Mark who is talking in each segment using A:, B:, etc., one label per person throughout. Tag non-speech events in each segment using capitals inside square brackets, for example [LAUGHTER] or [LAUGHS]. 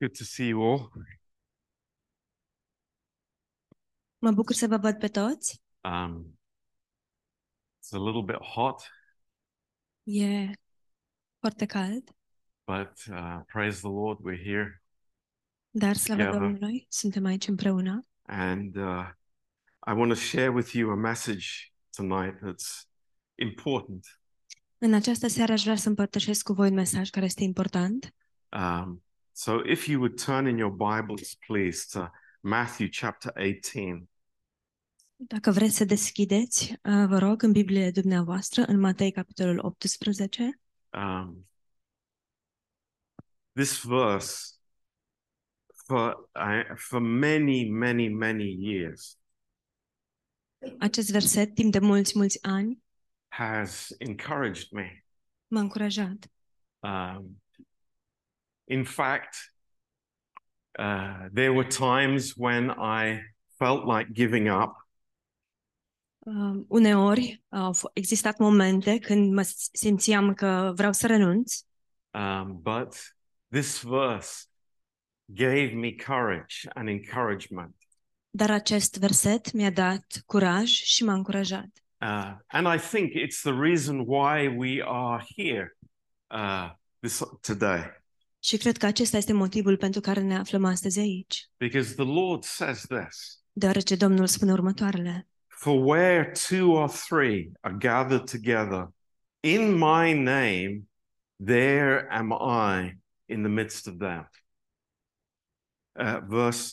A: Good to see you all.
B: Mă bucur să vă văd pe toți.
A: Um, it's a little bit hot,
B: E foarte cald,
A: but uh, praise the Lord, we're here.
B: dar slavă
A: Iată.
B: Domnului, suntem aici împreună
A: And uh, I want to share with you a message tonight that's important.
B: În această seară aș vrea să împărtășesc cu voi un mesaj care este important.
A: Um, so if you would turn in your Bibles, please, to Matthew chapter 18.
B: Dacă vreți să deschideți, uh, vă rog, în Biblie dumneavoastră, în Matei, capitolul 18,
A: Um, this verse, for, I, for many, many, many years,
B: acest verset, timp de mulți, mulți ani,
A: has encouraged me.
B: m-a încurajat.
A: Um, in fact, uh, there were times when I felt like giving up,
B: Uh, Uneori au f- existat momente când mă s- simțeam că vreau să renunț,
A: um, but this verse gave me courage and encouragement.
B: dar acest verset mi-a dat curaj și m-a încurajat.
A: Uh, and I think it's the reason why we are here uh, this today,
B: Și cred că acesta este motivul pentru care ne aflăm astăzi aici,
A: because the Lord says this:
B: deoarece Domnul spune următoarele.
A: For where two or three are gathered together in my name, there am I in the midst of them. Uh, verse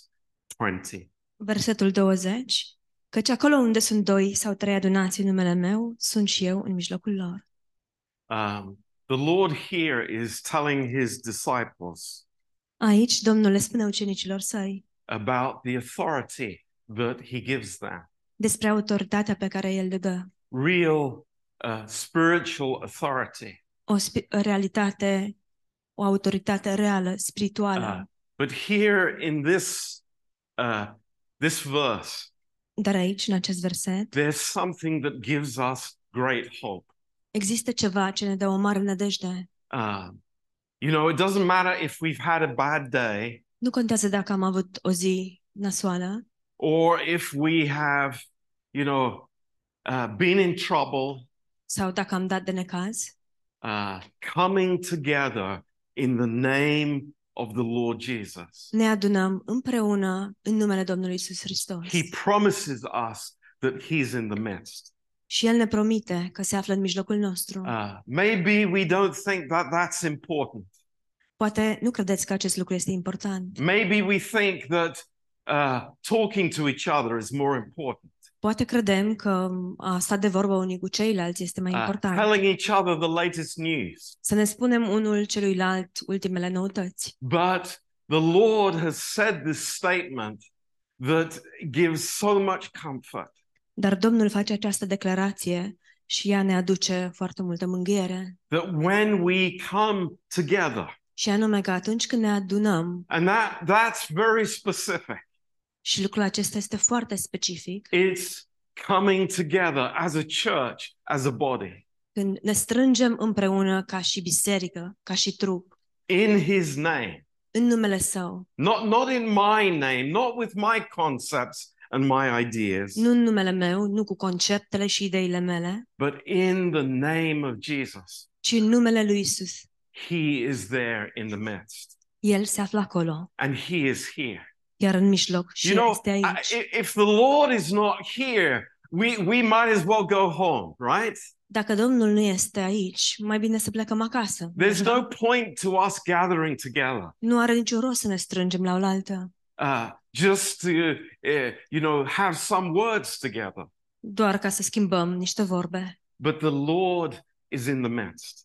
A: 20.
B: Versetul 20, căci acolo unde sunt doi sau trei adunați în numele meu, sunt și eu în mijlocul lor.
A: Um, the Lord here is telling his disciples
B: Aici Domnul le spune ucenicilor săi
A: about the authority that he gives them
B: despre autoritatea pe care El le dă,
A: real uh, spiritual authority.
B: o spi- realitate, o autoritate reală, spirituală.
A: Uh, but here in this, uh, this verse,
B: Dar aici, în acest verset,
A: there's something that gives us great hope.
B: există ceva ce ne dă o mare nădejde.
A: Um, you know, it doesn't matter if we've had a bad day
B: Nu contează dacă am avut o zi nasoală
A: or if we have, you know, uh, been in trouble,
B: sau dacă am dat de necaz,
A: uh, coming together in the name of the Lord Jesus.
B: ne adunăm împreună în numele Domnului Isus Hristos.
A: He promises us that He's in the midst.
B: Și El ne promite că se află în mijlocul nostru.
A: Uh, maybe we don't think that that's important.
B: Poate nu credeți că acest lucru este important.
A: Maybe we think that uh, talking to each other is more important.
B: Poate credem că a sta de vorbă unii cu ceilalți este mai
A: uh,
B: important.
A: telling each other the latest news.
B: Să ne spunem unul celuilalt ultimele noutăți.
A: But the Lord has said this statement that gives so much comfort.
B: Dar Domnul face această declarație și ea ne aduce foarte multă mângâiere.
A: That when we come together,
B: Și anume că atunci când ne adunăm,
A: and that that's very specific.
B: și lucrul acesta este foarte specific,
A: It's coming together as a church, as a body,
B: când ne strângem împreună ca și biserică, ca și trup,
A: in His name,
B: în numele Său,
A: not not in my name, not with my concepts and my ideas,
B: nu în numele meu, nu cu conceptele și ideile mele,
A: but in the name of Jesus.
B: ci în numele lui Isus.
A: He is there in the midst.
B: El se află acolo,
A: and he is here.
B: iar în mijloc și
A: you know,
B: El este
A: I-
B: aici.
A: i- if the Lord is not here, we, we might as well go home, right?
B: Dacă Domnul nu este aici, mai bine să plecăm acasă.
A: There's
B: Așa?
A: no point to us gathering together
B: Nu are niciun rost să ne strângem la oaltă,
A: uh, just to, uh, you know, have some words together.
B: doar ca să schimbăm niște vorbe.
A: But the Lord is in the midst.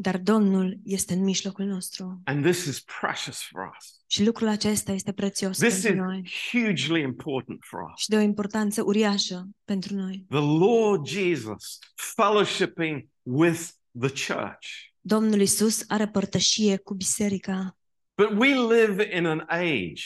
B: Dar Domnul este în mijlocul nostru
A: And this is precious for us.
B: și lucrul acesta este prețios
A: This is
B: pentru noi
A: hugely important for us.
B: și de o importanță uriașă pentru noi.
A: The Lord Jesus fellowshipping with the church.
B: Domnul Isus are părtășie cu biserica
A: But we live in an age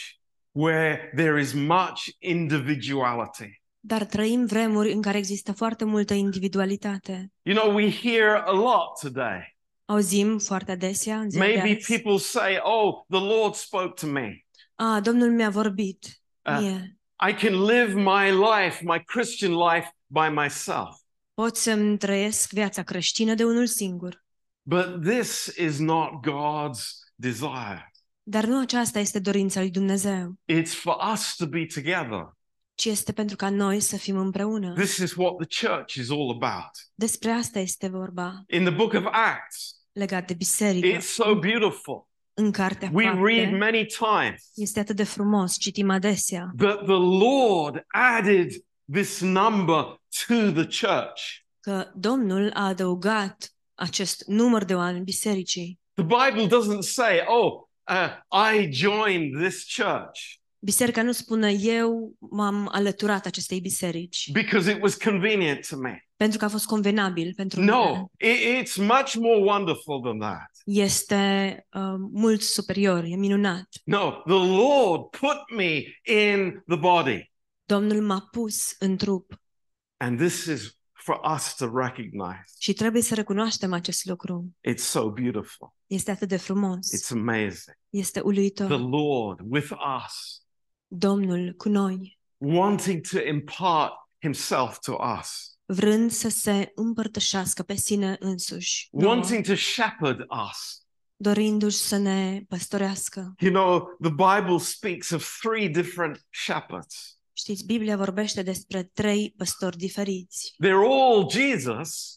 A: where there is much individuality.
B: Dar trăim vremuri în care există foarte multă individualitate.
A: You know, we hear a lot today
B: auzim foarte adesea în ziua de
A: Maybe
B: azi.
A: people say, Oh, the Lord spoke to me.
B: Ah, Domnul mi-a vorbit
A: Ah.
B: mie.
A: I can live my life, my Christian life, by myself.
B: Pot să-mi trăiesc viața creștină de unul singur.
A: But this is not God's desire.
B: Dar nu aceasta este dorința lui Dumnezeu,
A: It's for us to be together.
B: ci este pentru ca noi să fim împreună.
A: This is what the church is all about.
B: Despre asta este vorba
A: In the book of Acts,
B: legat de biserică.
A: it's so beautiful.
B: în cartea
A: We read
B: fapte
A: many times
B: este atât de frumos, citim adesea,
A: that the Lord added this number to the church.
B: că Domnul a adăugat acest număr de oameni bisericii.
A: The Bible doesn't say, oh, uh, I joined this church
B: Biserica nu spune eu m-am alăturat acestei biserici
A: because it was convenient to me.
B: pentru că a fost convenabil pentru mine.
A: No, it- it's much more wonderful than that.
B: Este uh, mult superior, e minunat.
A: No, the Lord put me in the body.
B: Domnul m-a pus în trup
A: And this is for us to recognize.
B: și trebuie să recunoaștem acest lucru.
A: It's so beautiful.
B: Este atât de frumos,
A: It's amazing.
B: este
A: The
B: uluitor.
A: Lord with us,
B: Domnul cu noi,
A: wanting to impart himself to us,
B: vrând să se împărtășească pe sine însuși. nouă.
A: wanting to shepherd us.
B: dorindu-și să ne păstorească.
A: You know, the Bible speaks of three different shepherds.
B: Știți, Biblia vorbește despre trei păstori diferiți.
A: They're all Jesus,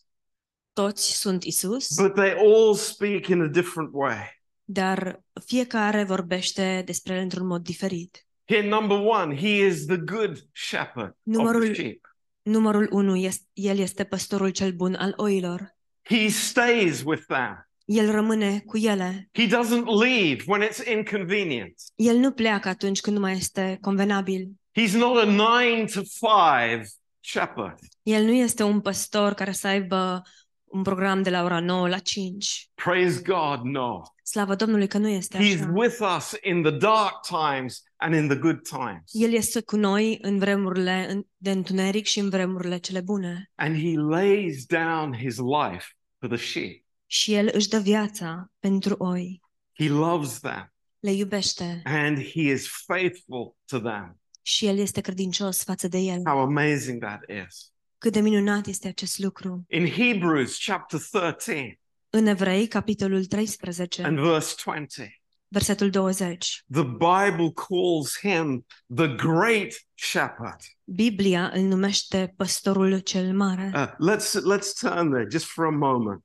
B: Toți sunt Isus,
A: but they all speak in a different way.
B: dar fiecare vorbește despre el într-un mod diferit.
A: Here, number one, he is the good shepherd of the
B: Numărul-
A: sheep.
B: Numărul 1, el este păstorul cel bun al oilor.
A: He stays with them.
B: El rămâne cu ele.
A: He doesn't leave when it's inconvenient.
B: El nu pleacă atunci când nu mai este convenabil.
A: He's not a nine to five shepherd.
B: El nu este un păstor care să aibă un program de la ora 9 la 5.
A: Praise God, no.
B: Slavă Domnului că nu este
A: He's
B: așa.
A: with us in the dark times and in the good times.
B: El este cu noi în vremurile în- de întuneric și în vremurile cele bune.
A: And he lays down his life for the sheep.
B: și el își dă viața pentru oi,
A: He loves them
B: le iubește
A: and he is faithful to them.
B: și el este credincios față de el.
A: How amazing that is.
B: Cât de minunat este acest lucru.
A: In Hebrews chapter 13
B: În Evrei, capitolul 13,
A: and verse 20,
B: versetul 20,
A: the Bible calls him the great shepherd.
B: Biblia îl numește păstorul cel mare.
A: Uh, let's let's turn there just for a moment.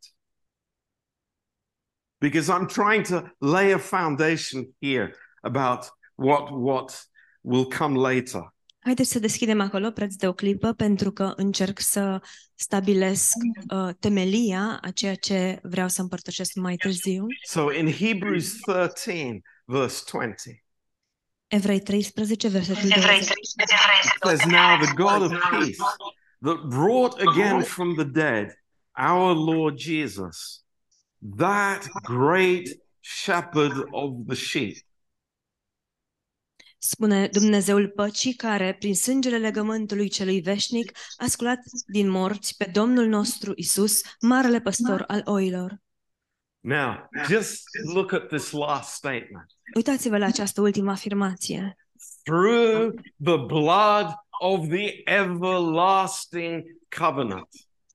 A: Because I'm trying to lay a foundation here about what what will come later.
B: Haideți să deschidem acolo preț de o clipă pentru că încerc să stabilesc uh, temelia a ceea ce vreau să împărtășesc mai târziu.
A: So in Hebrews 13 verse 20
B: Evrei 13, versetul 20.
A: it says now the God of peace that brought again from the dead our Lord Jesus that great shepherd of the sheep
B: Spune Dumnezeul păcii care, prin sângele legământului celui veșnic, a sculat din morți pe Domnul nostru Isus, marele păstor
A: Da.
B: al oilor.
A: Now, just look at this last statement.
B: Uitați-vă la această ultimă afirmație.
A: Through the blood of the everlasting covenant.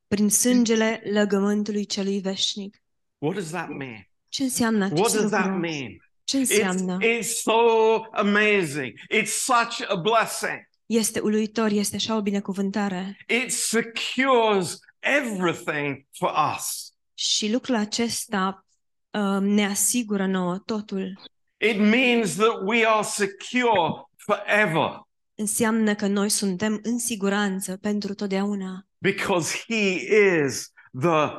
B: Prin sângele legământului celui veșnic.
A: What does that mean?
B: Ce înseamnă
A: What
B: acest
A: does that
B: lucru?
A: mean?
B: Ce
A: It's,
B: înseamnă?
A: it's so amazing. It's such a blessing.
B: Este uluitor, este așa o binecuvântare.
A: It secures everything for us.
B: Și lucrul acesta um, ne asigură nouă totul.
A: It means that we are secure forever
B: Înseamnă că noi suntem în siguranță pentru totdeauna.
A: because he is the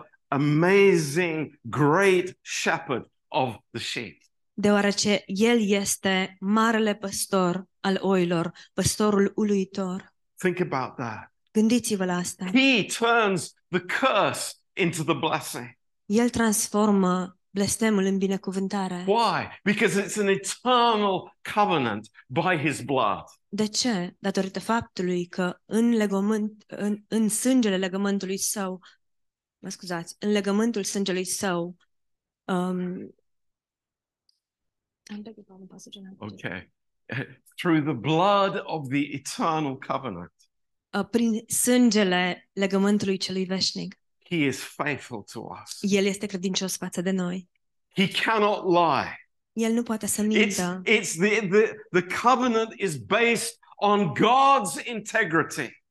A: amazing great shepherd of the sheep.
B: deoarece El este marele păstor al oilor, păstorul uluitor.
A: Think about that.
B: Gândiți-vă la asta.
A: He turns the curse into the blessing.
B: El transformă blestemul în binecuvântare.
A: Why? Because it's an eternal covenant by his blood.
B: De ce? Datorită faptului că în, legământ, în, în sângele legământului său, mă scuzați, în legământul sângelui său, um,
A: Okay. Through the blood of the eternal covenant,
B: uh, prin sângele legământului celui veșnic.
A: he is faithful to us.
B: El este credincios față de noi.
A: He cannot lie.
B: El nu poate să
A: It's,
B: mintă.
A: it's the, the, the covenant is based on God's integrity.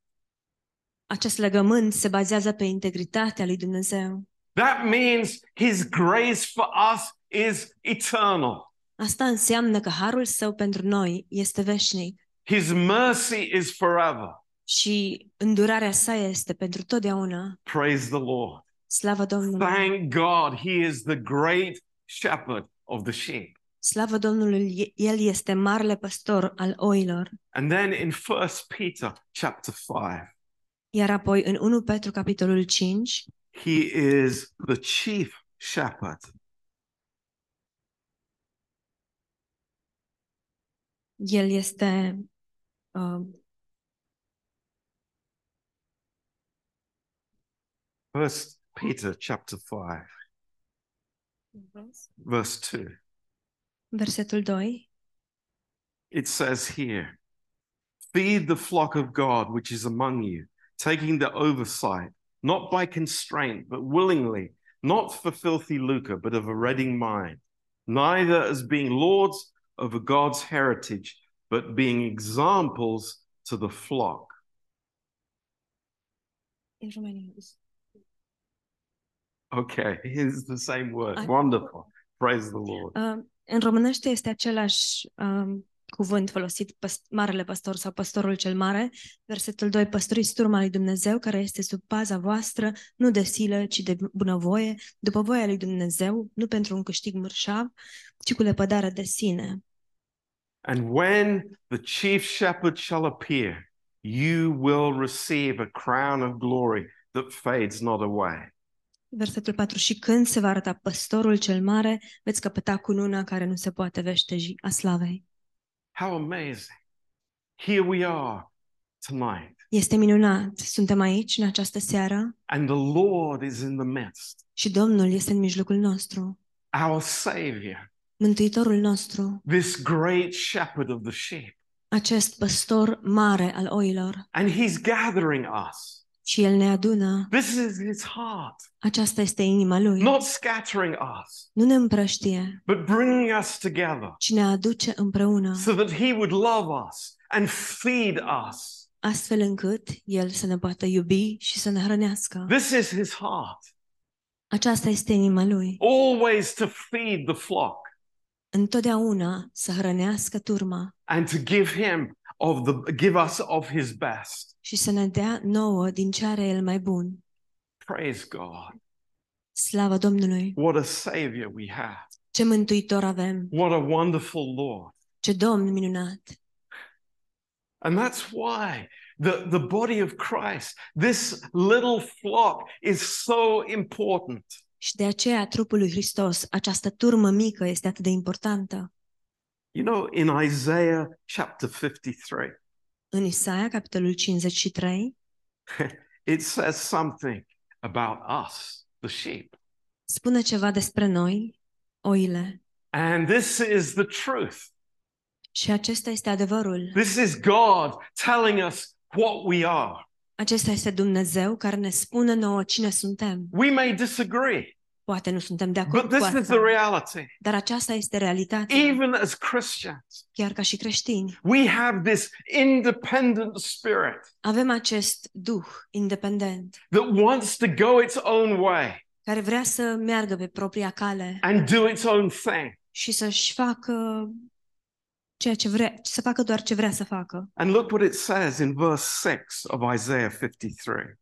B: Acest legământ se bazează pe integritatea lui Dumnezeu.
A: That means his grace for us is eternal.
B: Asta înseamnă că harul său pentru noi este veșnic
A: His mercy is forever.
B: și îndurarea sa este pentru totdeauna.
A: Praise the Lord.
B: Slavă Domnului!
A: Thank God he is the great shepherd of the sheep.
B: Slavă Domnului! El este marele păstor al oilor.
A: And then in 1 Peter chapter 5,
B: Iar apoi în 1 Petru capitolul 5,
A: he is the chief shepherd.
B: el este uh,
A: 1 Peter chapter 5, verse 2.
B: versetul 2.
A: It says here, feed the flock of God which is among you, taking the oversight, not by constraint, but willingly, not for filthy lucre, but of a ready mind, neither as being lords over God's heritage, but being examples to the flock. Okay, [LAUGHS] it's the same word.
B: I-
A: Wonderful. Praise the Lord.
B: Uh, în românește este același uh, cuvânt folosit, păst- marele păstor sau păstorul cel mare. Versetul 2, păstoriți turma lui Dumnezeu care este sub paza voastră, nu de silă, ci de bunăvoie, după voia lui Dumnezeu, nu pentru un câștig mărșav, ci cu lepădare de sine.
A: And when the chief shepherd shall appear, you will receive a crown of glory that fades not away.
B: Versetul 4, și când se va arăta păstorul cel mare, veți căpăta cununa care nu se poate veșteji a slavei.
A: How amazing. Here we are tonight,
B: Este minunat, suntem aici în această seară
A: and the Lord is in the midst,
B: și Domnul este în mijlocul nostru,
A: our Savior,
B: Mântuitorul nostru,
A: this great shepherd of the sheep.
B: acest păstor mare al oilor
A: And He's gathering us.
B: și el ne adună.
A: This is His heart,
B: Aceasta este inima lui.
A: not scattering us,
B: Nu ne împrăștie,
A: but bringing us together
B: ci ne aduce împreună,
A: so that He would love us and feed us.
B: astfel încât el să ne poată iubi și să ne hrănească.
A: This is His heart,
B: Aceasta este inima lui.
A: always to feed the flock
B: Întotdeauna să hrănească turma
A: and to give Him of the give us of His best.
B: și să ne dea nouă din ce are el mai bun.
A: Praise God.
B: Slavă Domnului!
A: What a savior we have.
B: Ce mântuitor avem!
A: What a wonderful Lord.
B: Ce Domn minunat!
A: And that's why the, the body of Christ, this little flock, is so important.
B: Și de aceea trupul lui Hristos, această turmă mică, este atât de importantă.
A: You know, in Isaiah chapter 53,
B: În Isaia, capitolul 53,
A: it says something about us, the sheep.
B: spune ceva despre noi, oile.
A: And this is the truth.
B: Și acesta este adevărul.
A: This is God telling us what we are.
B: Acesta este Dumnezeu care ne spune nouă cine suntem.
A: We may disagree,
B: Poate nu suntem de acord
A: but
B: cu
A: this is the
B: asta,
A: reality.
B: dar aceasta este realitatea,
A: Even as Christians,
B: chiar ca și creștini.
A: We have this independent spirit
B: Avem acest duh independent
A: that wants to go its own way
B: care vrea să meargă pe propria cale
A: and do its own thing
B: și să-și facă ceea ce vrea, să facă doar ce vrea să facă.
A: and look what it says in verse 6 of Isaiah 53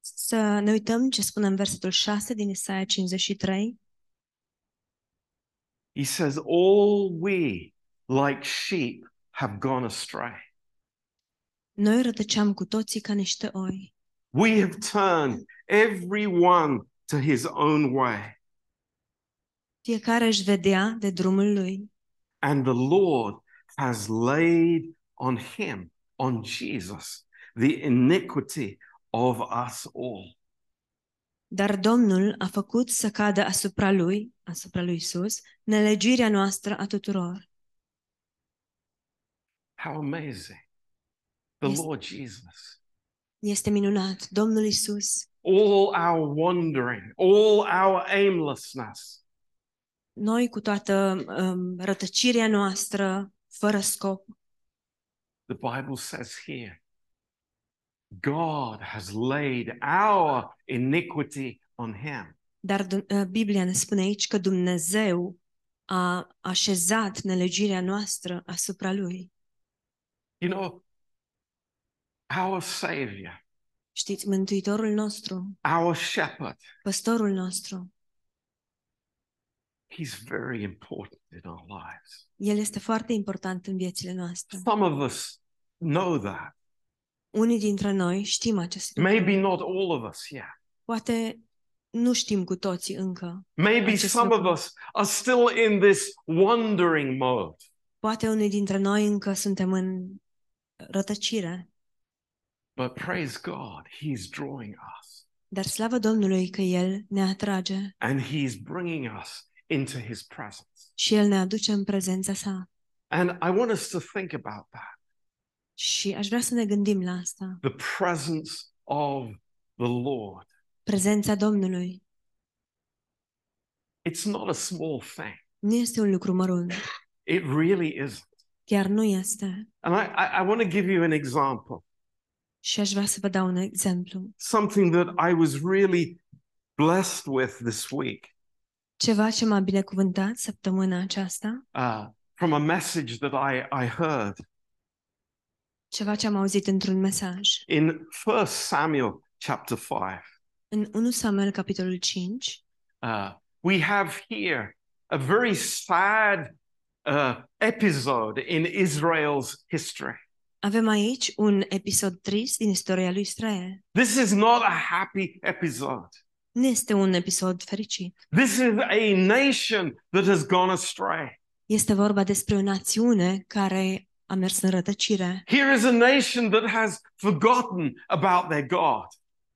B: Să ne uităm ce spune în versetul 6 din Isaia 53.
A: he says all we like sheep have gone astray
B: Noi rătăceam cu toții ca niște oi.
A: we have turned every one to his own way
B: Fiecare își vedea de drumul lui
A: and the Lord has laid on him on Jesus the iniquity of us all
B: Dar Domnul a făcut să cadă asupra lui asupra lui Isus, nelegiuirea noastră a tuturor.
A: How amazing. The
B: Yes.
A: Lord Jesus.
B: Este minunat, Domnul Isus,
A: All our wandering, all our aimlessness,
B: noi cu toată um, rătăcirea noastră, fără scop,
A: the Bible says here God has laid our iniquity on him.
B: dar Dum- Biblia ne spune aici că Dumnezeu a așezat nelegiuirea noastră asupra Lui.
A: You know, our Savior,
B: Știți, Mântuitorul nostru,
A: our Shepherd,
B: păstorul nostru,
A: he's very important in our lives.
B: El este foarte important în viețile noastre.
A: Some of us know that.
B: Unii dintre noi știm acest lucru.
A: Maybe not all of us yet.
B: Poate nu știm cu toții încă.
A: Maybe
B: Acest
A: some of
B: lucru.
A: us are still in this wandering mode.
B: Poate unii dintre noi încă suntem în rătăcire,
A: But praise God, He's drawing us
B: dar slavă Domnului că El ne atrage
A: and He's bringing us into His presence.
B: și El ne aduce în prezența sa.
A: And I want us to think about that
B: Și aș vrea să ne gândim la asta.
A: the presence of the Lord.
B: Prezența Domnului
A: It's not a small thing,
B: nu este un lucru mărunt,
A: it really isn't.
B: chiar nu este.
A: And I, I, I want to give you an example,
B: Și aș vrea să vă dau un exemplu.
A: something that I was really blessed with this week
B: Ceva ce m-a binecuvântat săptămâna aceasta,
A: uh, from a message that I, I heard
B: ceva ce am auzit într-un mesaj.
A: in 1 Samuel chapter 5.
B: În 1 Samuel, capitolul 5,
A: Uh, we have here a very sad uh, episode in Israel's history.
B: avem aici un episod trist din istoria lui Israel.
A: This is not a happy episode.
B: Nu este un episod fericit.
A: This is a nation that has gone astray.
B: Este vorba despre o națiune care a mers în rătăcire.
A: Here is a nation that has forgotten about their God.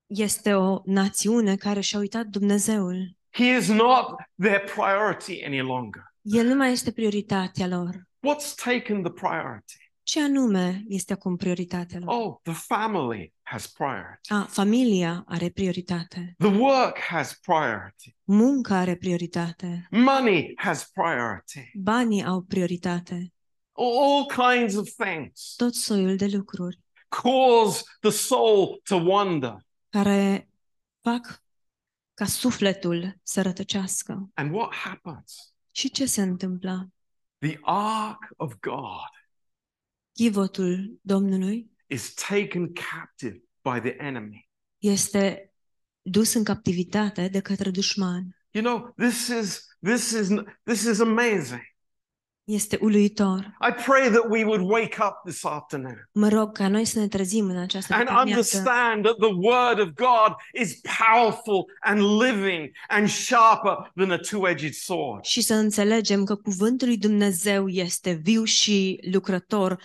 B: Este o națiune care și-a uitat Dumnezeul.
A: He is not their priority any longer.
B: El nu mai este prioritatea lor.
A: What's taken the priority?
B: Ce anume este acum prioritatea lor?
A: Oh, the family has priority.
B: A, familia are prioritate,
A: The work has priority.
B: munca are prioritate,
A: Money has priority.
B: banii au prioritate,
A: all kinds of things
B: tot soiul de lucruri
A: cause the soul to wander.
B: care fac ca sufletul să rătăcească.
A: And what happens?
B: Și ce se întâmplă?
A: The ark of God
B: Chivotul Domnului
A: is taken captive by the enemy.
B: este dus în captivitate de către dușman.
A: You know, this is this is this is amazing.
B: Este uluitor.
A: I pray that we would wake up this afternoon
B: Mă rog ca noi să ne trezim în această
A: and
B: dimineață
A: understand that the word of God is powerful and living and sharper than a two-edged sword.
B: și să înțelegem că cuvântul lui Dumnezeu este viu și lucrător,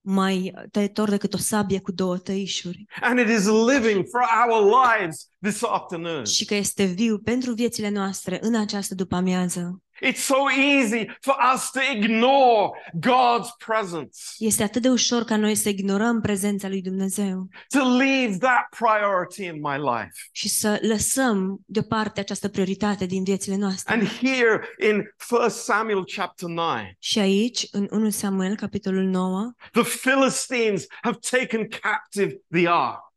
B: mai tăietor decât o sabie cu două tăișuri
A: And it is living for our lives this afternoon.
B: și că este viu pentru viețile noastre în această după-amiază.
A: It's so easy for us to ignore God's presence,
B: Este atât de ușor ca noi să ignorăm prezența lui Dumnezeu
A: to leave that priority in my life.
B: și să lăsăm deoparte această prioritate din viețile noastre.
A: And here in 1 Samuel chapter 9,
B: Și aici, în 1 Samuel, capitolul 9,
A: the Philistines have taken captive the ark.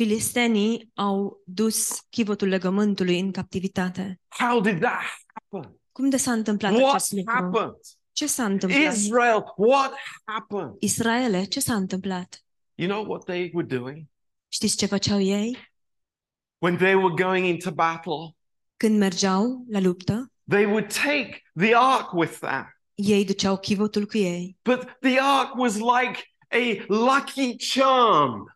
B: filistenii au dus chivotul legământului în captivitate.
A: How did that happen?
B: Cum de s-a întâmplat
A: What
B: acest lucru?
A: happened?
B: Ce s-a întâmplat?
A: Israel, what happened?
B: Israele, ce s-a întâmplat?
A: You know what they were doing?
B: Știți ce făceau ei?
A: When they were going into battle,
B: Când mergeau la luptă,
A: they would take the ark with them.
B: ei duceau chivotul cu ei.
A: But the ark was like a lucky charm.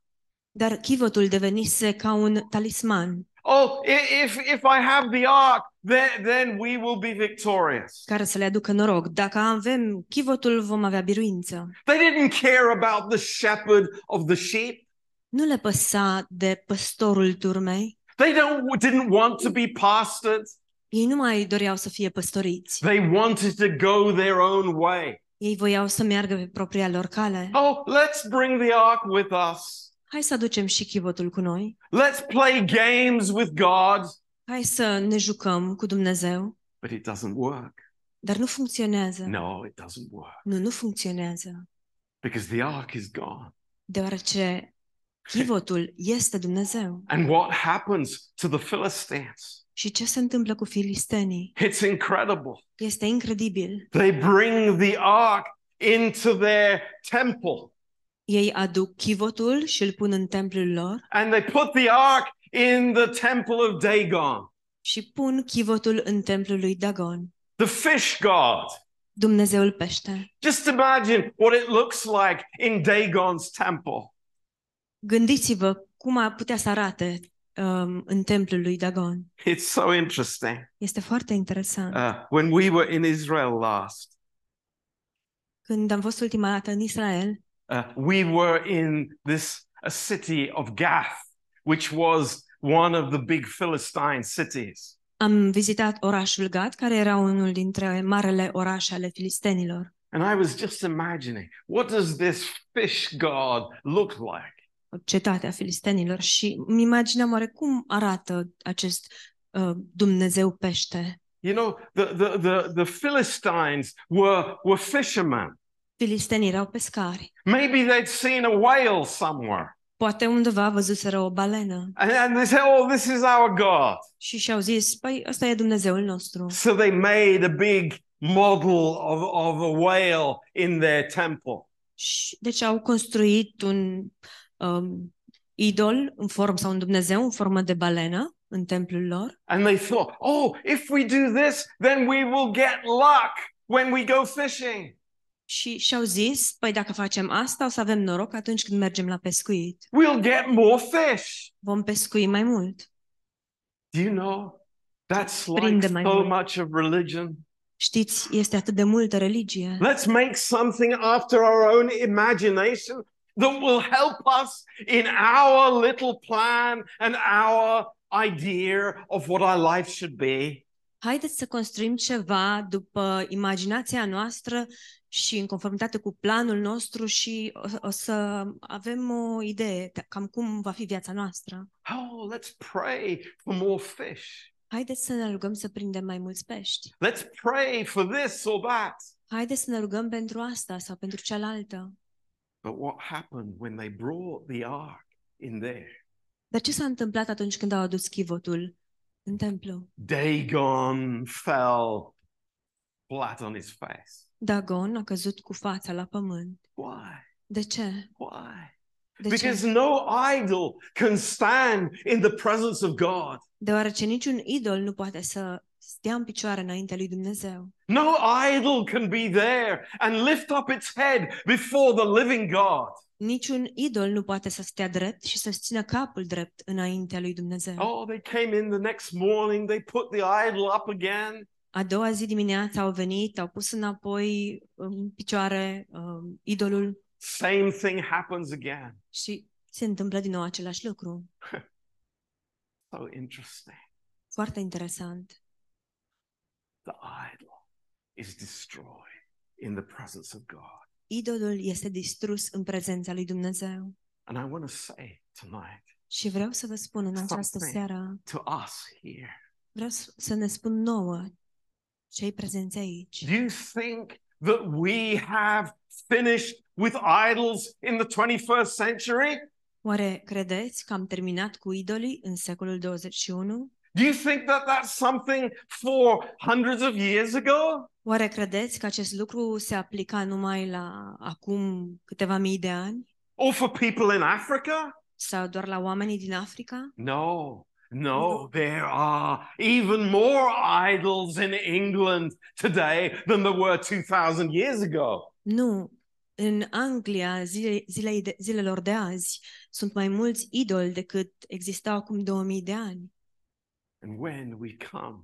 B: Dar chivotul devenise ca un talisman
A: Oh, i- if if I have the ark, then then we will be victorious.
B: care să le aducă noroc. Dacă avem chivotul, vom avea biruință.
A: They didn't care about the shepherd of the sheep.
B: Nu le păsa de păstorul turmei,
A: They don't didn't want to be pastors.
B: Ei nu mai doreau să fie păstoriți.
A: They wanted to go their own way.
B: Ei voiau să meargă pe propria lor cale.
A: Oh, let's bring the ark with us.
B: Hai să aducem și chivotul cu noi.
A: Let's play games with God.
B: Hai să ne jucăm cu Dumnezeu.
A: But it doesn't work.
B: Dar nu funcționează.
A: No, it doesn't work
B: Nu, nu funcționează.
A: because the ark is gone.
B: Deoarece chivotul este Dumnezeu.
A: And what happens to the Philistines?
B: Și ce se întâmplă cu filistenii?
A: It's incredible.
B: Este incredibil.
A: They bring the ark into their temple
B: Ei aduc chivotul și îl pun în templul lor
A: and they put the ark in the temple of Dagon,
B: și pun chivotul în templul lui Dagon,
A: the fish god.
B: Dumnezeul pește.
A: Just imagine what it looks like in Dagon's temple.
B: Gândiți-vă cum ar putea să arate um, în templul lui Dagon.
A: It's so interesting.
B: Este foarte interesant.
A: Uh, when we were in Israel last,
B: Când am fost ultima dată în Israel,
A: uh, we were in this a city of Gath, which was one of the big Philistine cities.
B: am vizitat orașul Gad, care era unul dintre marele orașe ale filistenilor.
A: And I was just imagining, what does this fish god look like?
B: o cetate a filistenilor și îmi imaginam oare cum arată acest uh, Dumnezeu pește.
A: You know, the, the, the, the Philistines were, were fishermen.
B: Filistenii erau pescari.
A: Maybe they'd seen a whale somewhere.
B: Poate undeva văzuseră o balenă
A: And, and they said, oh, this is our God.
B: și și-au zis, păi ăsta e Dumnezeul nostru.
A: So they made a big model of, of a whale in their temple.
B: Și, deci au construit un um, idol în formă sau un Dumnezeu în formă de balenă în templul lor
A: And they thought, oh, if we do this, then we will get luck when we go fishing.
B: și și-au zis, păi dacă facem asta o să avem noroc atunci când mergem la pescuit.
A: We'll get more fish.
B: Vom pescui mai mult.
A: Do you know? That's like
B: Prinde mai
A: so
B: mult.
A: much of religion.
B: Știți, este atât de multă religie.
A: Let's make something after our own imagination that will help us in our little plan and our idea of what our life should be.
B: Haideți să construim ceva după imaginația noastră și în conformitate cu planul nostru și o, o să avem o idee de cam cum va fi viața noastră.
A: Oh, let's pray for more fish.
B: Haideți să ne rugăm să prindem mai mulți pești.
A: Let's pray for this or that.
B: Haideți să ne rugăm pentru asta sau pentru cealaltă.
A: But what happened when they brought the ark in there?
B: Dar ce s-a întâmplat atunci când au adus chivotul în templu?
A: Dagon fell flat on his face.
B: Dagon a căzut cu fața la pământ.
A: Why?
B: De ce?
A: Why?
B: De
A: Because
B: ce?
A: no idol can stand in the presence of God.
B: Deoarece niciun idol nu poate să stea în picioare înaintea lui Dumnezeu.
A: No idol can be there and lift up its head before the living God.
B: Niciun idol nu poate să stea drept și să-și țină capul drept înaintea lui Dumnezeu.
A: Oh, they came in the next morning, they put the idol up again.
B: A doua zi dimineața au venit, au pus înapoi în picioare um, idolul
A: Same thing happens again.
B: și se întâmplă din nou același lucru.
A: So interesting.
B: Foarte interesant.
A: The idol is destroyed in the presence of God.
B: Idolul este distrus în prezența lui Dumnezeu.
A: And I want to say tonight
B: Și vreau să vă spun în această
A: Amen.
B: seară,
A: to us here
B: vreau s- să ne spun nouă cei prezenți aici.
A: do you think that we have finished with idols in the 21st century?
B: Oare credeți că am terminat cu idolii în secolul 21?
A: Do you think that that's something for hundreds of years ago?
B: Oare credeți că acest lucru se aplica numai la acum câteva mii de ani
A: Or for people in Africa?
B: sau doar la oamenii din Africa?
A: No, no, there are even more idols in England today than there were 2,000 years ago.
B: Nu. În Anglia, zile, zilei de, zilelor de azi, sunt mai mulți idoli decât existau acum 2000 de ani.
A: And when we come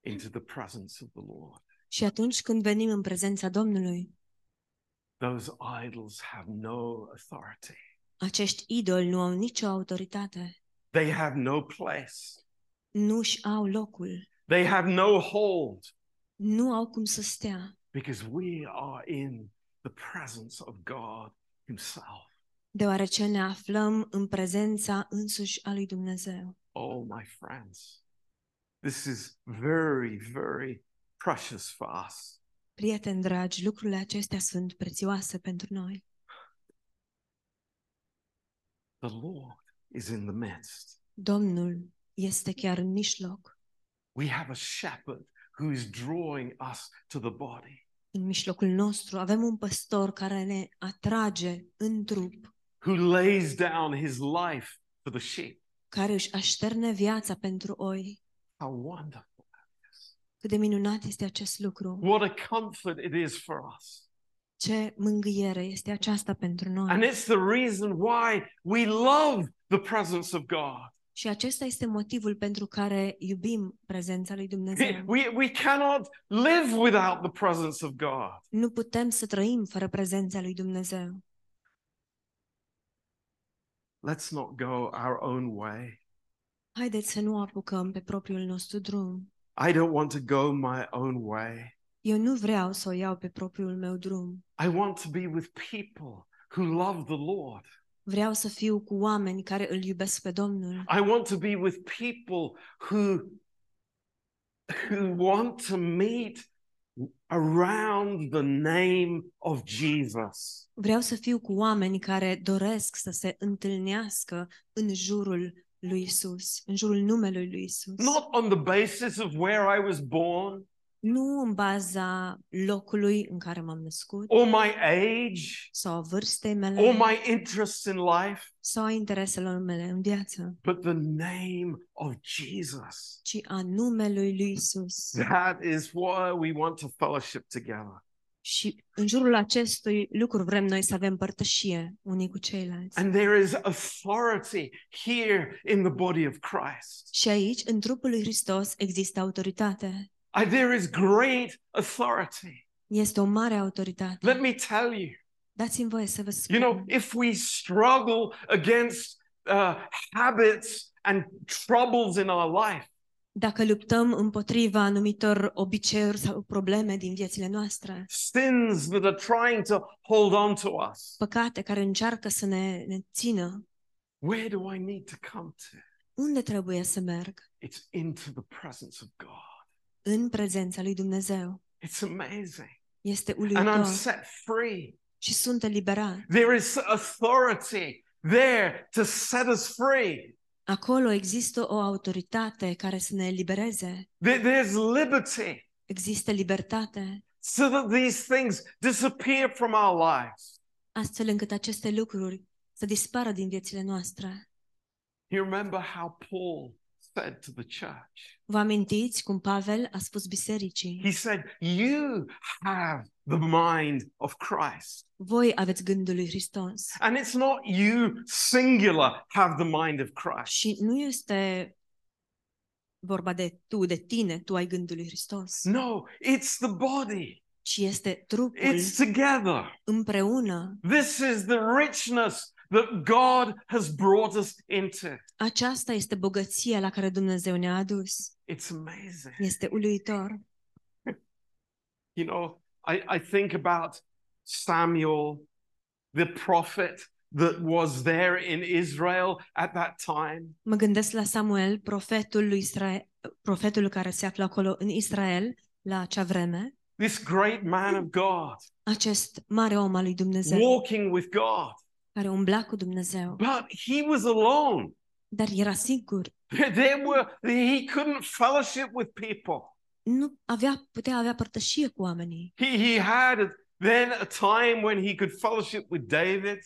A: into the presence of the Lord,
B: Și atunci când venim în prezența Domnului,
A: those idols have no authority,
B: acești idoli nu au nicio autoritate,
A: they have no place.
B: nu-și au locul.
A: They have no hold
B: nu au cum să stea,
A: because we are in the presence of God Himself.
B: deoarece ne aflăm în prezența însuși a lui Dumnezeu.
A: Oh, my friends, this is very, very precious for us.
B: Prieteni dragi, lucrurile acestea sunt prețioase pentru noi.
A: The Lord is in the midst.
B: Domnul este chiar în mijloc,
A: We have a shepherd who is drawing us to the body,
B: în mijlocul nostru. Avem un păstor care ne atrage în trup,
A: who lays down his life for the sheep.
B: care își așterne viața pentru oi.
A: How wonderful.
B: Cât de minunat este acest lucru!
A: What a comfort it is for us.
B: Ce mângâiere este aceasta pentru noi!
A: And it's the reason why we love the presence of God.
B: Și acesta este motivul pentru care iubim prezența lui Dumnezeu.
A: We, we cannot live without the presence of God.
B: Nu putem să trăim fără prezența lui Dumnezeu.
A: Let's not go our own way.
B: Haideți să nu apucăm pe propriul nostru drum.
A: I don't want to go my own way.
B: Eu nu vreau să o iau pe propriul meu drum.
A: I want to be with people who love the Lord.
B: Vreau să fiu cu oameni care îl iubesc pe Domnul.
A: I want to be with people who, who want to meet around the name of Jesus.
B: Vreau să fiu cu oameni care doresc să se întâlnească în jurul lui Isus, în jurul numelui lui Isus.
A: Not on the basis of where I was born
B: Nu în baza locului în care m-am născut
A: or my age
B: sau a vârstei mele.
A: or my interests in life,
B: sau a intereselor mele în viață,
A: but the name of Jesus.
B: ci a numelui lui Isus.
A: That is why we want to fellowship together.
B: Și în jurul acestui lucru vrem noi să avem părtășie unii cu ceilalți.
A: And there is authority here in the body of Christ.
B: Și aici, în trupul lui Hristos, există autoritate.
A: Uh, There is great authority.
B: Este o mare autoritate.
A: Let me tell you,
B: Dați-mi voie să vă spun.
A: you know, if we struggle against uh, habits and troubles in our life,
B: Dacă luptăm împotriva anumitor obiceiuri sau probleme din viețile noastre,
A: sins that are trying to hold on to us,
B: păcate care încearcă să ne, ne țină,
A: where do I need to come to?
B: unde trebuie să merg?
A: It's into the presence of God.
B: În prezența lui Dumnezeu.
A: It's amazing.
B: Este
A: And I'm
B: uluitor
A: set free.
B: și sunt eliberat.
A: There is authority there to set us free.
B: Acolo există o autoritate care să ne elibereze.
A: There- There's liberty
B: Există libertate,
A: so that these things disappear from our lives.
B: astfel încât aceste lucruri să dispară din viețile noastre.
A: You remember how Paul said to the church,
B: Vă amintiți cum Pavel a spus bisericii?
A: he said, You have the mind of Christ.
B: Voi aveți gândul lui Hristos.
A: And it's not you singular have the mind of Christ.
B: Și nu este vorba de tu, de tine, tu ai gândul lui Hristos,
A: No, it's the body.
B: ci este trupul
A: It's together.
B: împreună.
A: This is the richness that God has brought us into.
B: Aceasta este bogăția la care Dumnezeu ne-a adus.
A: It's amazing.
B: Este uluitor.
A: You know, I, I think about Samuel, the prophet that was there in Israel at that time.
B: Mă gândesc la Samuel, profetul, lui Israel, profetul care se află acolo în Israel la acea vreme,
A: This great man of God,
B: acest mare om al lui Dumnezeu
A: walking with God.
B: care umbla cu Dumnezeu,
A: But he was alone. [LAUGHS]
B: dar era singur,
A: There were he couldn't fellowship with people.
B: nu avea, putea avea părtășie cu oamenii.
A: He he had then a time when he could fellowship with David,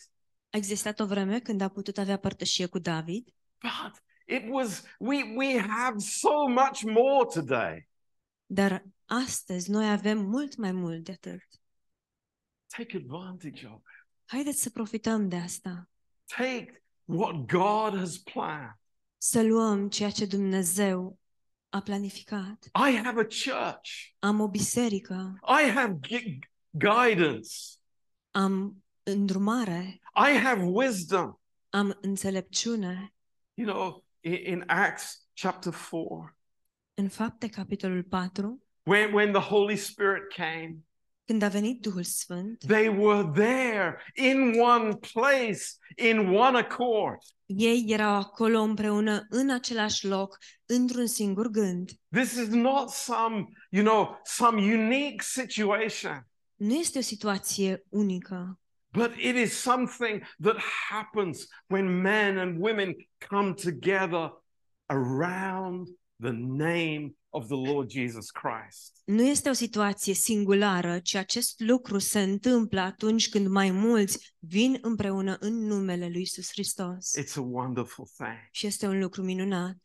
B: A existat o vreme când a putut avea părtășie cu David,
A: but it was we we have so much more today.
B: dar astăzi noi avem mult mai mult de atât.
A: Take advantage of it.
B: Haideți să profităm de asta,
A: Take what God has planned.
B: să luăm ceea ce Dumnezeu a planificat.
A: I have a church.
B: Am o biserică,
A: I have gu- guidance.
B: am îndrumare,
A: I have wisdom.
B: am înțelepciune.
A: You know, in, in Acts chapter 4,
B: În fapte, capitolul 4,
A: When, when the Holy Spirit came,
B: când a venit Duhul Sfânt,
A: they were there in one place, in one accord.
B: ei erau acolo împreună, în același loc, într-un singur gând.
A: This is not some, you know, some unique situation,
B: Nu este o situație unică,
A: but it is something that happens when men and women come together around the name of the Lord Jesus Christ.
B: nu este o situație singulară, ci acest lucru se întâmplă atunci când mai mulți vin împreună în numele lui Iisus Hristos.
A: It's a wonderful thing.
B: Și este un lucru minunat.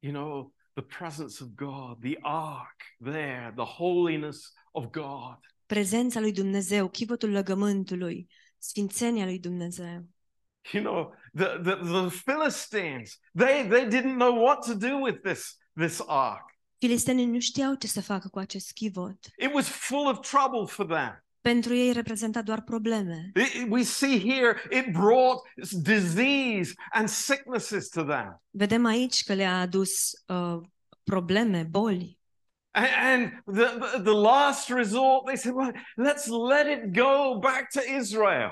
A: You know, the presence of God, the ark there, the holiness of God.
B: Prezența lui Dumnezeu, chivotul legământului, sfințenia lui Dumnezeu.
A: you know the, the the philistines they they didn't know what to do with this this ark
B: Filistenii nu știau ce să facă cu acest chivot.
A: it was full of trouble for them
B: Pentru ei reprezenta doar probleme.
A: It- it- we see here it brought disease and sicknesses to them
B: Vedem aici că le-a adus uh, probleme, boli.
A: and, and the, the the last resort they said well let's let it go back to israel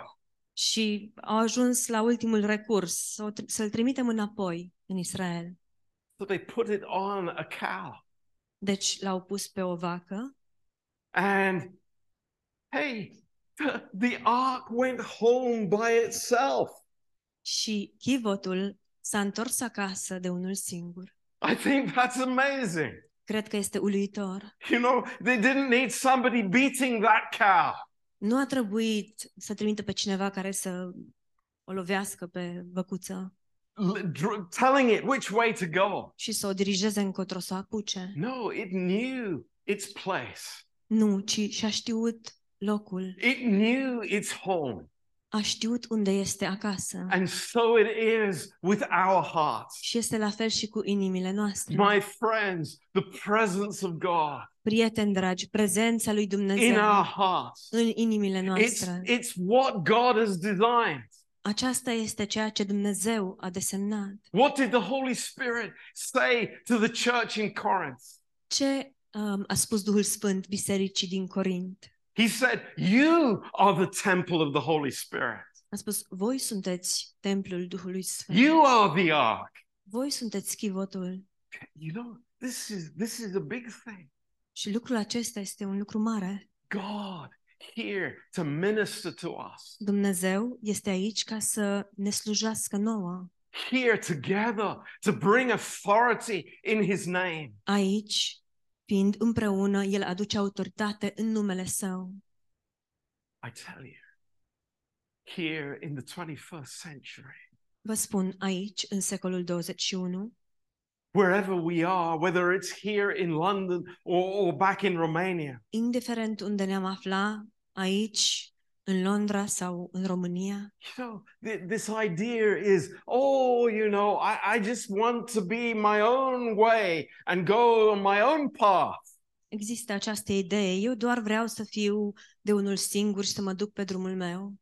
B: Și au ajuns la ultimul recurs, să o tr- să-l trimitem înapoi în Israel.
A: so they put it on a cow
B: Deci l-au pus pe o vacă
A: and hey [LAUGHS] the, the ark went home by itself
B: și chivotul s-a întors acasă de unul singur.
A: i think that's amazing
B: Cred că este uluitor.
A: You know, they didn't need somebody beating that cow.
B: Nu a trebuit să trimită pe cineva care să o lovească pe văcuță
A: l- dr- telling it which way to go.
B: și să o dirigeze încotro să o apuce.
A: No, it knew its place.
B: Nu, ci și-a știut locul.
A: It knew its home.
B: A știut unde este acasă.
A: And so it is with our hearts.
B: Și este la fel și cu inimile noastre.
A: My friends, the presence of God
B: Prieteni dragi, prezența lui Dumnezeu
A: in our hearts.
B: în inimile
A: It's,
B: noastre.
A: it's what God has designed.
B: Aceasta este ceea ce Dumnezeu a desemnat.
A: What did the Holy Spirit say to the church in Corinth?
B: Ce um, a spus Duhul Sfânt bisericii din Corint?
A: He said, You are the temple of the Holy Spirit.
B: A spus, voi sunteți templul Duhului Sfânt.
A: You are the ark.
B: Voi sunteți chivotul.
A: you know this is this is a big thing
B: Și lucrul acesta este un lucru mare.
A: god here to minister to us
B: Dumnezeu este aici ca să ne slujească nouă.
A: here together to bring authority in his name
B: Aici, fiind împreună, El aduce autoritate în numele Său.
A: i tell you here in the 21st century
B: Vă spun aici, în secolul 21,
A: wherever we are whether it's here in london or, or back in romania
B: indiferent unde ne-am afla, aici, în Londra sau în România,
A: you know th- this idea is oh you know I, I just want to be my own way and go on my own path
B: există această idee. Eu doar vreau să fiu de unul singur și să mă duc pe drumul meu.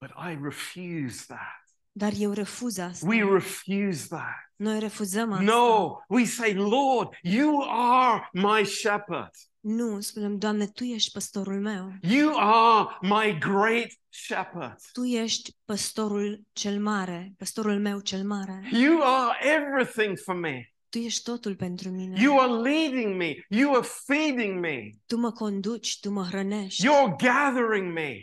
A: but i refuse that
B: Dar eu refuz asta.
A: We refuse that.
B: Noi refuzăm asta.
A: No, we say, Lord, you are my shepherd.
B: Nu, spunem, Doamne, Tu ești păstorul meu.
A: You are my great shepherd.
B: Tu ești păstorul cel mare, păstorul meu cel mare.
A: You are everything for me.
B: Tu ești totul pentru mine.
A: You are leading me. You are feeding me.
B: Tu mă conduci, Tu mă hrănești,
A: You're gathering me.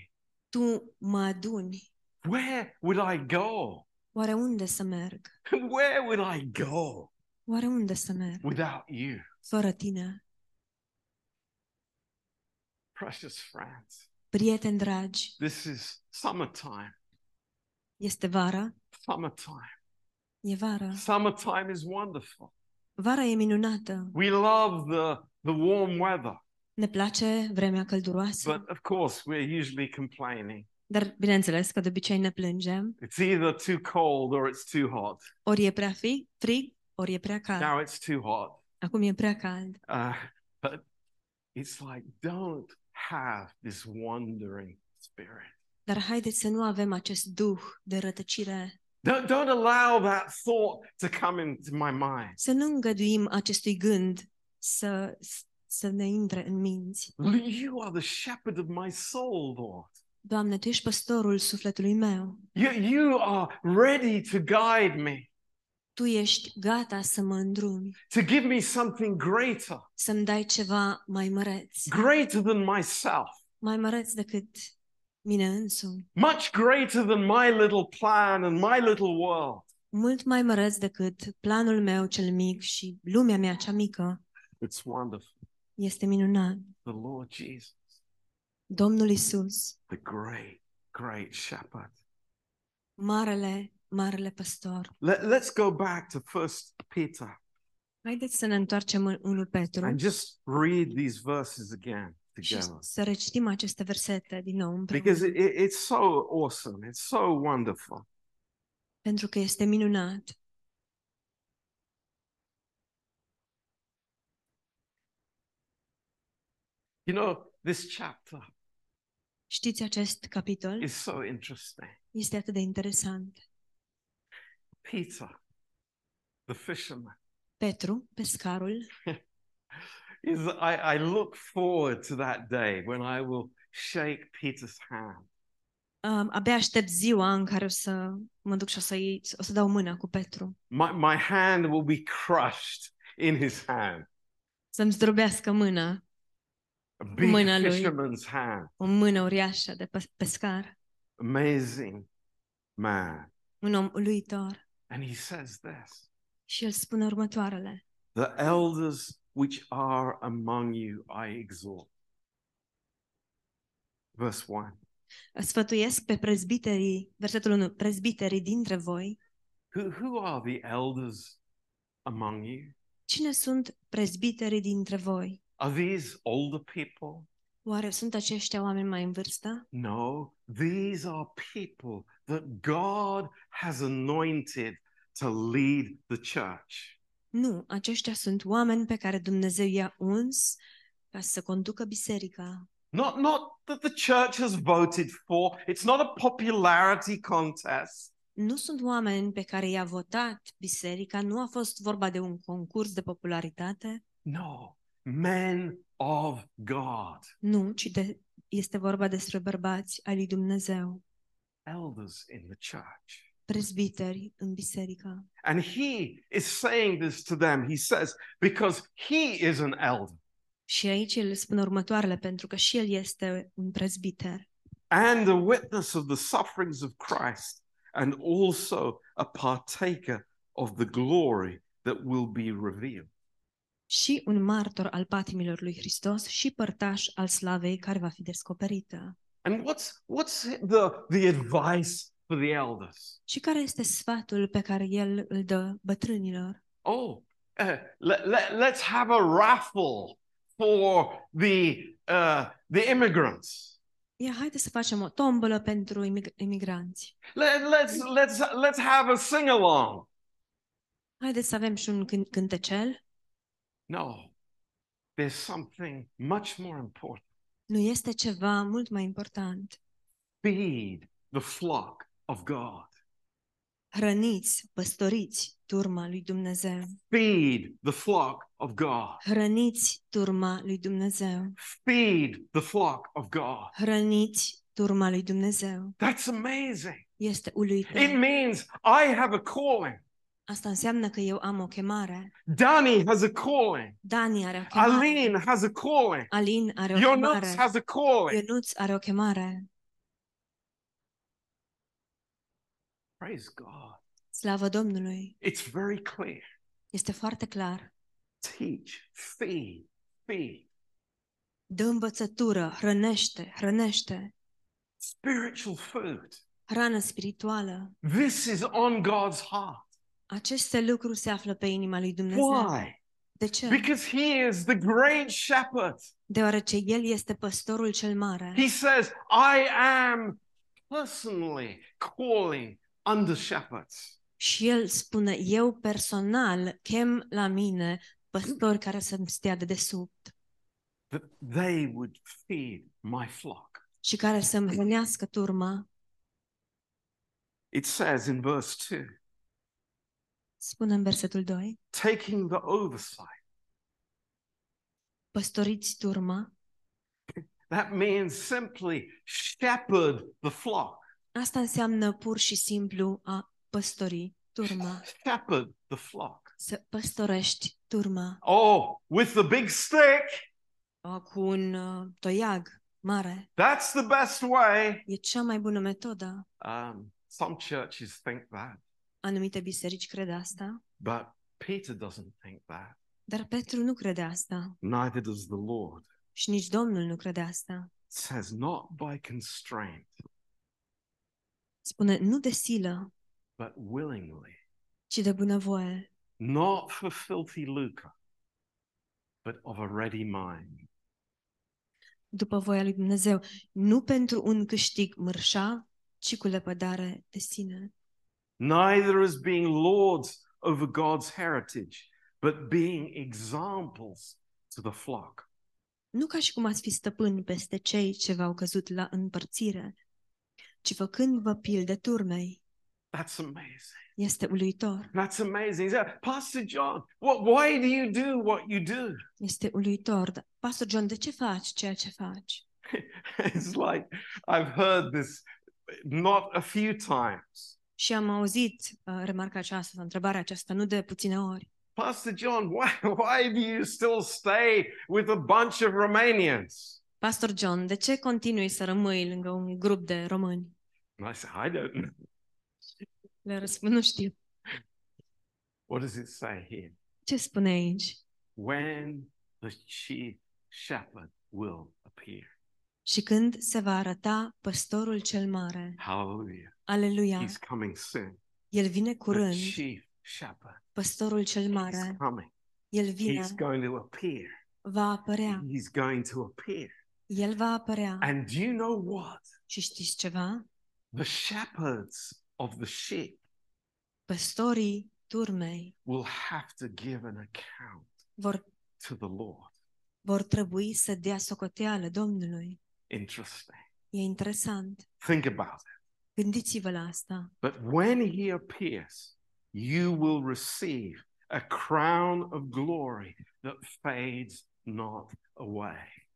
B: Tu mă aduni.
A: Where would I go? [LAUGHS]
B: Oare unde să merg?
A: And where would I go
B: Oare unde să merg?
A: without you?
B: Fără Tine.
A: Precious friends,
B: Prieteni dragi,
A: this is summertime.
B: este vara,
A: Summertime.
B: e vara.
A: Summertime is wonderful.
B: Vara e minunată.
A: We love the, the warm weather.
B: Ne place vremea
A: But
B: călduroasă,
A: of course, we're usually complaining.
B: dar bineînțeles că de obicei ne plângem.
A: It's either too cold or it's too hot.
B: Ori e prea fi, frig, ori e prea cald.
A: Now it's too hot.
B: Acum e prea cald.
A: Uh, but it's like, don't have this wandering spirit.
B: Dar haideți să nu avem acest duh de rătăcire.
A: Don't, don't allow that thought to come into my mind.
B: Să nu îngăduim acestui gând să, să ne intre în minți.
A: You are the shepherd of my soul, Lord.
B: Doamne, Tu ești păstorul sufletului meu.
A: You, you are ready to guide me,
B: Tu ești gata să mă îndrumi,
A: to give me something greater,
B: să-mi dai ceva mai măreț,
A: greater than myself,
B: mai măreț decât mine însumi,
A: much greater than my little plan and my little world.
B: mult mai măreț decât planul meu cel mic și lumea mea cea mică.
A: It's wonderful.
B: Este minunat.
A: The Lord Jesus,
B: Domnul Isus,
A: the great, great shepherd.
B: marele, marele păstor.
A: Let, let's go back to First Peter
B: Haideți să ne întoarcem în 1 Petru
A: and just read these verses again
B: și
A: together.
B: să recitim aceste versete din nou împreună,
A: Because it, it- it's so awesome. It's so wonderful.
B: pentru că este minunat.
A: You know, this chapter
B: Știți acest capitol?
A: is so interesting.
B: Este atât de interesant.
A: Peter, the fisherman,
B: Petru, pescarul,
A: is I, I look forward to that day when I will shake Peter's hand
B: Um, abia aștept ziua în care o să mă duc și o să, iei, o să dau mâna cu Petru.
A: My, my hand will be crushed in his hand,
B: Să-mi zdrobească mâna,
A: a big
B: Mâna lui.
A: fisherman's hand.
B: o mână uriașă de pes- pescar,
A: Amazing man.
B: un om uluitor.
A: And he says this
B: Și el spune următoarele.
A: The elders which are among you I exhort. Verse 1
B: Sfătuiesc pe prezbiterii, versetul 1, prezbiterii dintre voi.
A: Who, who are the elders among you?
B: Cine sunt prezbiterii dintre voi?
A: Are these older people?
B: Oare sunt aceștia oameni mai în vârstă?
A: No, these are people that God has anointed to lead the church.
B: Nu, aceștia sunt oameni pe care Dumnezeu i-a uns ca să conducă biserica.
A: Not, not that the church has voted for, it's not a popularity contest.
B: nu sunt oameni pe care i-a votat biserica, nu a fost vorba de un concurs de popularitate,
A: No, men of God,
B: nu, ci de, este vorba despre bărbați ai lui Dumnezeu,
A: elders in the church.
B: prezbiteri în biserică.
A: And he is saying this to them. He says, because he is an elder
B: Și aici el spune următoarele, pentru că și el este un prezbiter
A: and a witness of the sufferings of Christ, and also a partaker of the glory that will be revealed.
B: și un martor al patimilor lui Hristos și părtaș al slavei care va fi descoperită.
A: And what's what's the, the advice for the elders?
B: Și care este sfatul pe care el îl dă bătrânilor?
A: Oh, uh, let, let, let's have a raffle for the uh, the immigrants.
B: Ia, haide să facem o tombolă pentru imig- imigranți.
A: Let, let's let's let's have a sing along.
B: Haideți să avem și un cânt- cântecel.
A: No, there's something much more important.
B: Nu este ceva mult mai important.
A: Feed the flock of God.
B: Hrăniți, păstoriți turma lui Dumnezeu.
A: Feed the flock of God.
B: Hrăniți turma lui Dumnezeu.
A: Feed the flock of God.
B: Hrăniți turma lui Dumnezeu.
A: That's amazing.
B: Este
A: It
B: uluitor.
A: means I have a calling.
B: Asta înseamnă că eu am o chemare.
A: Danny has a calling.
B: Dani are o chemare.
A: Aline has a calling.
B: Alin are o
A: Yonox
B: chemare.
A: has a calling.
B: Ionuț are o chemare.
A: Praise God.
B: Slavă Domnului.
A: It's very clear.
B: Este foarte clar.
A: Teach, feed, feed.
B: Dă învățătură, hrănește, hrănește.
A: Spiritual food.
B: Hrană spirituală.
A: This is on God's heart.
B: Aceste lucruri se află pe inima lui Dumnezeu.
A: Why?
B: De ce?
A: Because he is the great shepherd.
B: Deoarece El este păstorul cel mare.
A: He says, I am personally calling under shepherds.
B: Și El spune, eu personal chem la mine păstori care să-mi stea de desubt
A: That they would feed my flock.
B: și care să-mi hrănească turma.
A: It says in verse 2
B: Spune în versetul 2,
A: taking the oversight.
B: păstoriți turma.
A: That means simply shepherd the flock,
B: Asta înseamnă pur și simplu a păstori turma,
A: shepherd the flock.
B: să păstorești turma
A: Oh, with the big stick,
B: uh, cu un uh, toiag mare.
A: that's the best way.
B: E cea mai bună metodă.
A: Um, some churches think that,
B: Anumite biserici cred asta,
A: but Peter doesn't think that.
B: dar Petru nu crede asta
A: Neither does the Lord.
B: și nici Domnul nu crede asta.
A: It says, not by constraint,
B: Spune, nu de silă,
A: but willingly,
B: ci de bunăvoie,
A: not for filthy lucre, but of a ready mind.
B: după voia lui Dumnezeu, nu pentru un câștig mărșav, ci cu lepădare de sine.
A: Neither as being lords over God's heritage, but being examples to the flock.
B: Nu ca și cum ați fi stăpâni peste cei ce v-au căzut la împărțire, ci făcând-vă pilde turmei.
A: That's amazing.
B: Este uluitor,
A: That's amazing. He said, Pastor John, what, why do you do what you do? [LAUGHS]
B: este uluitor. Dar, Pastor John, de ce faci ceea ce faci?
A: It's like I've heard this not a few times.
B: Și am auzit uh, remarca aceasta, sau întrebarea aceasta, nu de puține ori.
A: Pastor John, [LAUGHS] why, why do you still stay with a bunch of Romanians?
B: Pastor John, de ce continui să rămâi lângă un grup de români?
A: And I said, I don't know.
B: Le răspund, nu știu.
A: What does it say here?
B: Ce spune aici?
A: When the chief shepherd will appear.
B: Și când se va arăta păstorul cel mare,
A: Hallelujah.
B: aleluia,
A: He's coming soon.
B: el vine
A: The
B: curând,
A: chief shepherd
B: păstorul cel
A: is
B: mare,
A: coming.
B: el vine,
A: He's going to appear.
B: va apărea,
A: He's going to appear.
B: el va apărea.
A: And do you know what?
B: Și știți ceva?
A: The shepherds of the sheep
B: Păstorii turmei
A: will have to give an account
B: vor,
A: to the Lord.
B: vor trebui să dea socoteală Domnului.
A: Interesting.
B: E interesant.
A: Think about it.
B: Gândiți-vă la asta.
A: But when he appears, you will receive a crown of glory that fades not away.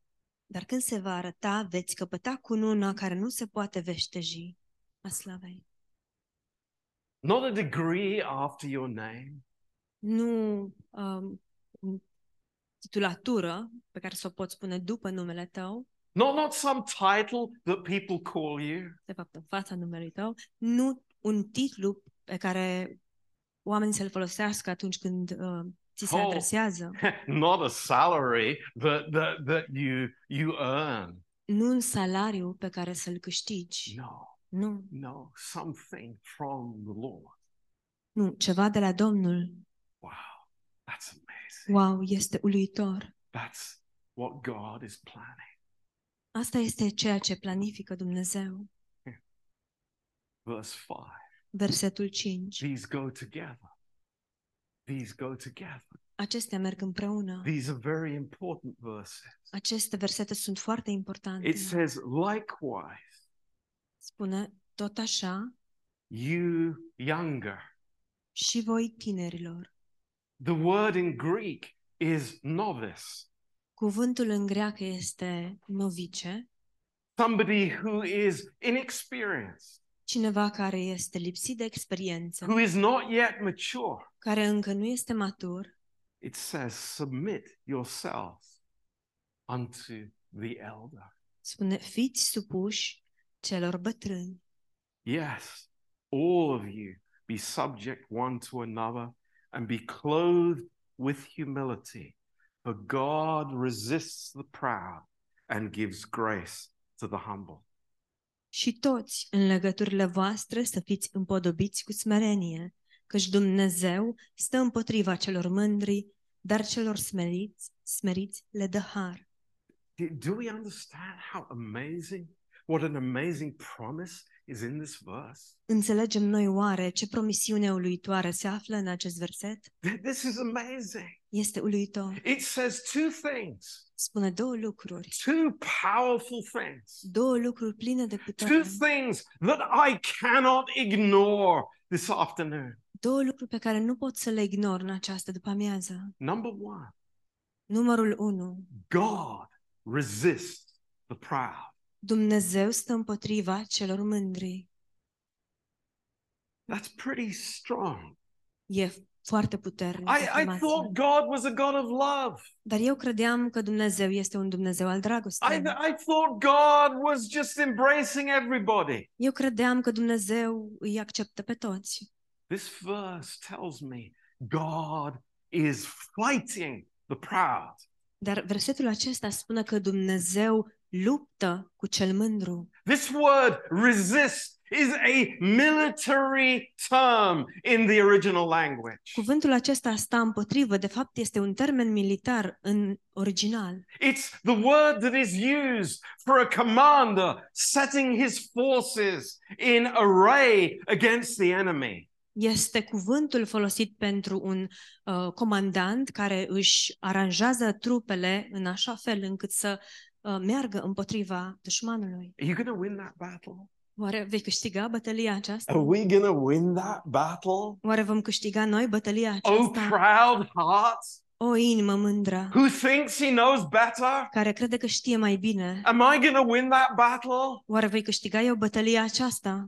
B: Dar când se va arăta, veți căpăta cununa care nu se poate veșteji a slavei.
A: Not a degree after your name,
B: nu um, titulatură pe care să o poți pune după numele tău,
A: not, not some title that people call you,
B: de fapt în fața numelui tău, nu un titlu pe care oamenii să-l folosească atunci când uh, ți se
A: Oh.
B: adresează,
A: not a salary that, that, that you, you earn.
B: nu un salariu pe care să-l câștigi,
A: No,
B: nu,
A: no, something from the Lord.
B: nu, ceva de la Domnul.
A: Wow, that's amazing.
B: Wow, este uluitor.
A: That's what God is planning.
B: Asta este ceea ce planifică Dumnezeu.
A: Verse 5.
B: Versetul 5.
A: These go together. These go together.
B: Acestea merg împreună.
A: These are very important verses.
B: Aceste versete sunt foarte importante.
A: It says, likewise,
B: Spune, tot așa,
A: you younger.
B: și voi tinerilor.
A: The word in Greek is novice,
B: Cuvântul în greacă este novice,
A: somebody who is inexperienced,
B: cineva care este lipsit de experiență,
A: who is not yet mature.
B: care încă nu este matur,
A: It says, submit yourselves unto the elder.
B: spune, fiți supuși celor bătrâni.
A: Yes, all of you be subject one to another and be clothed with humility, for God resists the proud and gives grace to the humble.
B: Și toți, în legăturile voastre, să fiți împodobiți cu smerenie, căci Dumnezeu stă împotriva celor mândri, dar celor smeriți, smeriți le dă har.
A: Do, do we understand how amazing, what an amazing promise is in this verse?
B: Înțelegem noi oare ce promisiune uluitoare se află în acest verset?
A: Th- This is amazing.
B: este uluitor.
A: It says two things,
B: Spune două lucruri.
A: two powerful things,
B: Două lucruri pline de
A: two
B: putere.
A: things that I cannot ignore this afternoon.
B: Două lucruri pe care nu pot să le ignor în această după-amiază.
A: Number one,
B: Numărul 1.
A: God resists the proud.
B: Dumnezeu stă împotriva celor mândri.
A: That's pretty strong.
B: E foarte puternic.
A: I, I
B: afirmația.
A: thought God was a God of love.
B: Dar eu credeam că Dumnezeu este un Dumnezeu al
A: I,
B: dragostei.
A: I thought God was just embracing everybody.
B: Eu credeam că Dumnezeu îi acceptă pe toți.
A: This verse tells me God is fighting the proud.
B: Dar versetul acesta spune că Dumnezeu luptă cu cel mândru.
A: This word resist is a military term in the original language.
B: Cuvântul acesta sta împotrivă, de fapt este un termen militar în original.
A: It's the word that is used for a commander setting his forces in array against the enemy.
B: Este cuvântul folosit pentru un uh, comandant care își aranjează trupele în așa fel încât să uh, meargă împotriva dușmanului.
A: Are you going to win that battle?
B: Oare vei câștiga bătălia aceasta?
A: Are we going to win that battle?
B: Oare vom câștiga noi bătălia
A: Oh,
B: aceasta?
A: proud heart
B: O inimă mândră
A: who thinks he knows better.
B: care crede că știe mai bine.
A: Am I going to win that battle?
B: Oare vei câștiga eu bătălia aceasta?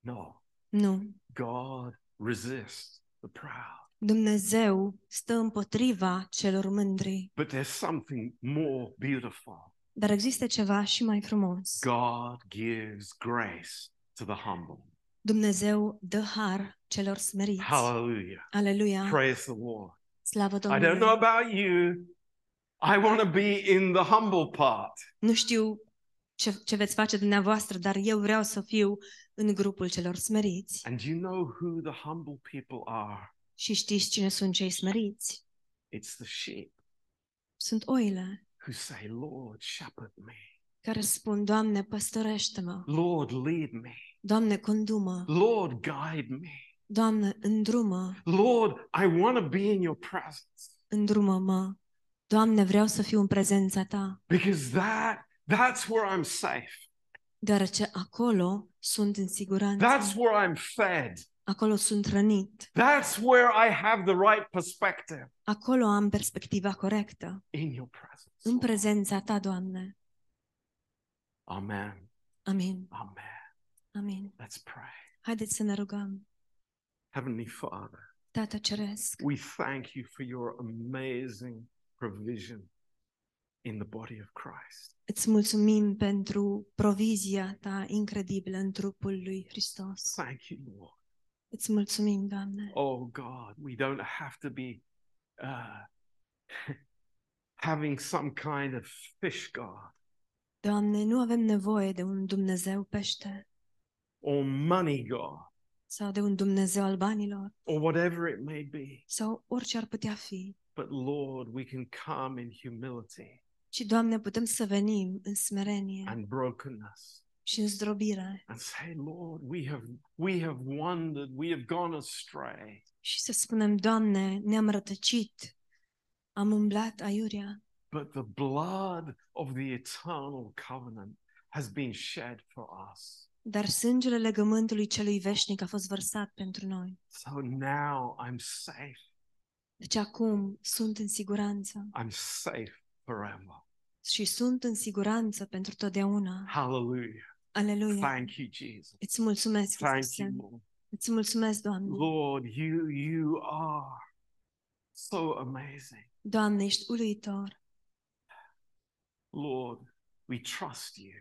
A: No,
B: Nu.
A: God resists the proud.
B: Dumnezeu stă împotriva celor mândri.
A: But there's something more beautiful.
B: Dar există ceva și mai frumos.
A: God gives grace to the humble.
B: Dumnezeu dă har celor smeriți.
A: Hallelujah.
B: Aleluia!
A: Praise the Lord.
B: Slavă
A: I don't know
B: Domnului!
A: about you. I want to be in the humble part.
B: Nu știu ce, ce veți face dumneavoastră, dar eu vreau să fiu în grupul celor smeriți.
A: And you know who the humble people are?
B: Și știți cine sunt cei smeriți?
A: It's the sheep
B: Sunt oile
A: who say, Lord, shepherd me.
B: care spun, Doamne, păstorește-mă!
A: Lord, lead me.
B: Doamne, condumă!
A: Lord, guide me.
B: Doamne, îndrumă!
A: Lord, I want to be in your presence
B: Îndrumă-mă! Doamne, vreau să fiu în prezența Ta!
A: because that that's where I'm safe.
B: deoarece acolo sunt în siguranță,
A: That's where I'm fed.
B: acolo sunt rănit,
A: That's where I have the right perspective
B: acolo am perspectiva corectă,
A: in your
B: în
A: presence.
B: prezența Ta, Doamne.
A: Amen.
B: Amin,
A: Amen.
B: amin.
A: Let's pray.
B: Haideți să ne rugăm.
A: Heavenly Father,
B: Tată Ceresc,
A: we thank you for your amazing provision in the body of Christ.
B: îți mulțumim pentru provizia Ta incredibilă în trupul lui Hristos.
A: Thank you, Lord.
B: Îți mulțumim, Doamne.
A: Oh God, we don't have to be uh, [LAUGHS] having some kind of fish God
B: Doamne, nu avem nevoie de un Dumnezeu pește
A: or money God
B: sau de un Dumnezeu al banilor
A: or whatever it may be.
B: sau orice ar putea fi,
A: But Lord, we can come in humility
B: ci, Doamne, putem să venim în smerenie
A: and brokenness
B: și în zdrobire
A: and say, Lord, we have we have wandered, we have gone astray.
B: și să spunem, Doamne, ne-am rătăcit, am umblat aiurea,
A: But the blood of the eternal covenant has been shed for us.
B: dar sângele legământului celui veșnic a fost vărsat pentru noi.
A: So now I'm safe.
B: Deci acum sunt în siguranță
A: I'm safe forever.
B: și sunt în siguranță pentru totdeauna.
A: Hallelujah.
B: Aleluia!
A: Thank you, Jesus.
B: Îți mulțumesc,
A: Thank
B: Iisuse.
A: you, Lord.
B: Îți mulțumesc, Doamne.
A: Lord, you you are so amazing.
B: Doamne, ești uluitor.
A: Lord, we trust you.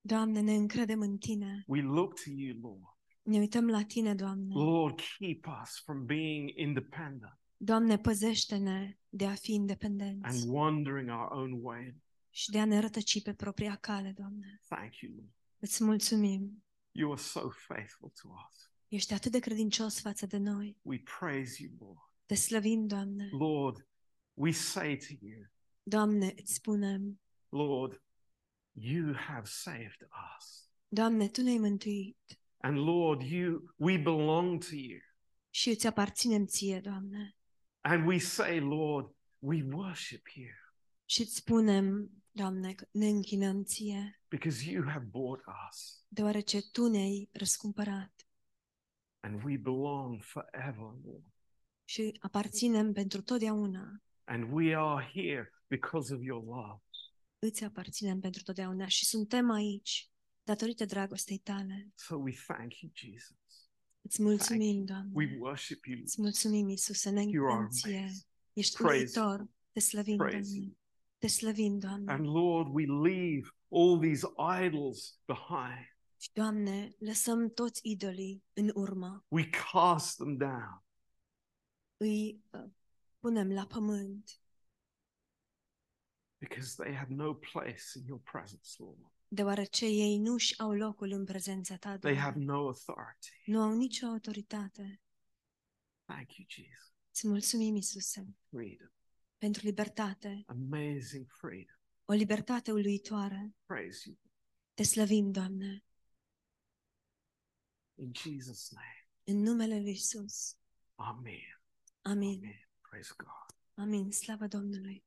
B: Doamne, ne încredem în Tine.
A: We look to you, Lord.
B: Ne uităm la Tine,
A: Mm.
B: Doamne.
A: Lord, keep us from being independent
B: Doamne, păzește-ne de a fi independenți
A: and wandering our own way.
B: și de a ne rătăci pe propria cale, Doamne.
A: Thank you, Lord.
B: Îți mulțumim.
A: You are so faithful to us.
B: Ești atât de credincios față de noi.
A: We praise you, Lord.
B: Te slăvim, Doamne.
A: Lord, we say to you,
B: Doamne, îți spunem.
A: Lord, you have saved us.
B: Doamne, Tu ne-ai mântuit
A: And Lord, you we belong to you.
B: și îți aparținem Ție, Doamne.
A: And we say, Lord, we worship you
B: și îți spunem, Doamne, că ne închinăm ție,
A: because you have bought us
B: deoarece tu ne-ai răscumpărat
A: and we belong forever. Lord.
B: și aparținem pentru totdeauna.
A: And we are here because of your love.
B: Îți aparținem pentru totdeauna și suntem aici datorită dragostei tale.
A: So we thank you, Jesus.
B: Îți mulțumim,
A: We
B: Doamne.
A: worship you.
B: Îți mulțumim, Iisuse, ne
A: You are
B: închinăm ție.
A: amazing.
B: Ești
A: Praise
B: uitor. Te slăvim,
A: Praise
B: Doamne. Te slăvim, Doamne.
A: And Lord, we leave all these idols behind.
B: Și, Doamne, lăsăm toți idolii în urmă.
A: We cast them down.
B: Îi uh, punem la pământ,
A: because they have no place in your presence, Lord.
B: deoarece ei nu și au locul în prezența ta,
A: They
B: Doamne.
A: have no authority.
B: Nu au nicio autoritate.
A: Thank you, Jesus.
B: Îți mulțumim, Iisuse,
A: Freedom,
B: pentru libertate,
A: amazing freedom.
B: o libertate uluitoare.
A: Praise you
B: Te slăvim, Doamne,
A: in Jesus' name.
B: în numele lui Isus.
A: Amen.
B: Amin.
A: Amen. Praise God.
B: Amin. Slavă Domnului.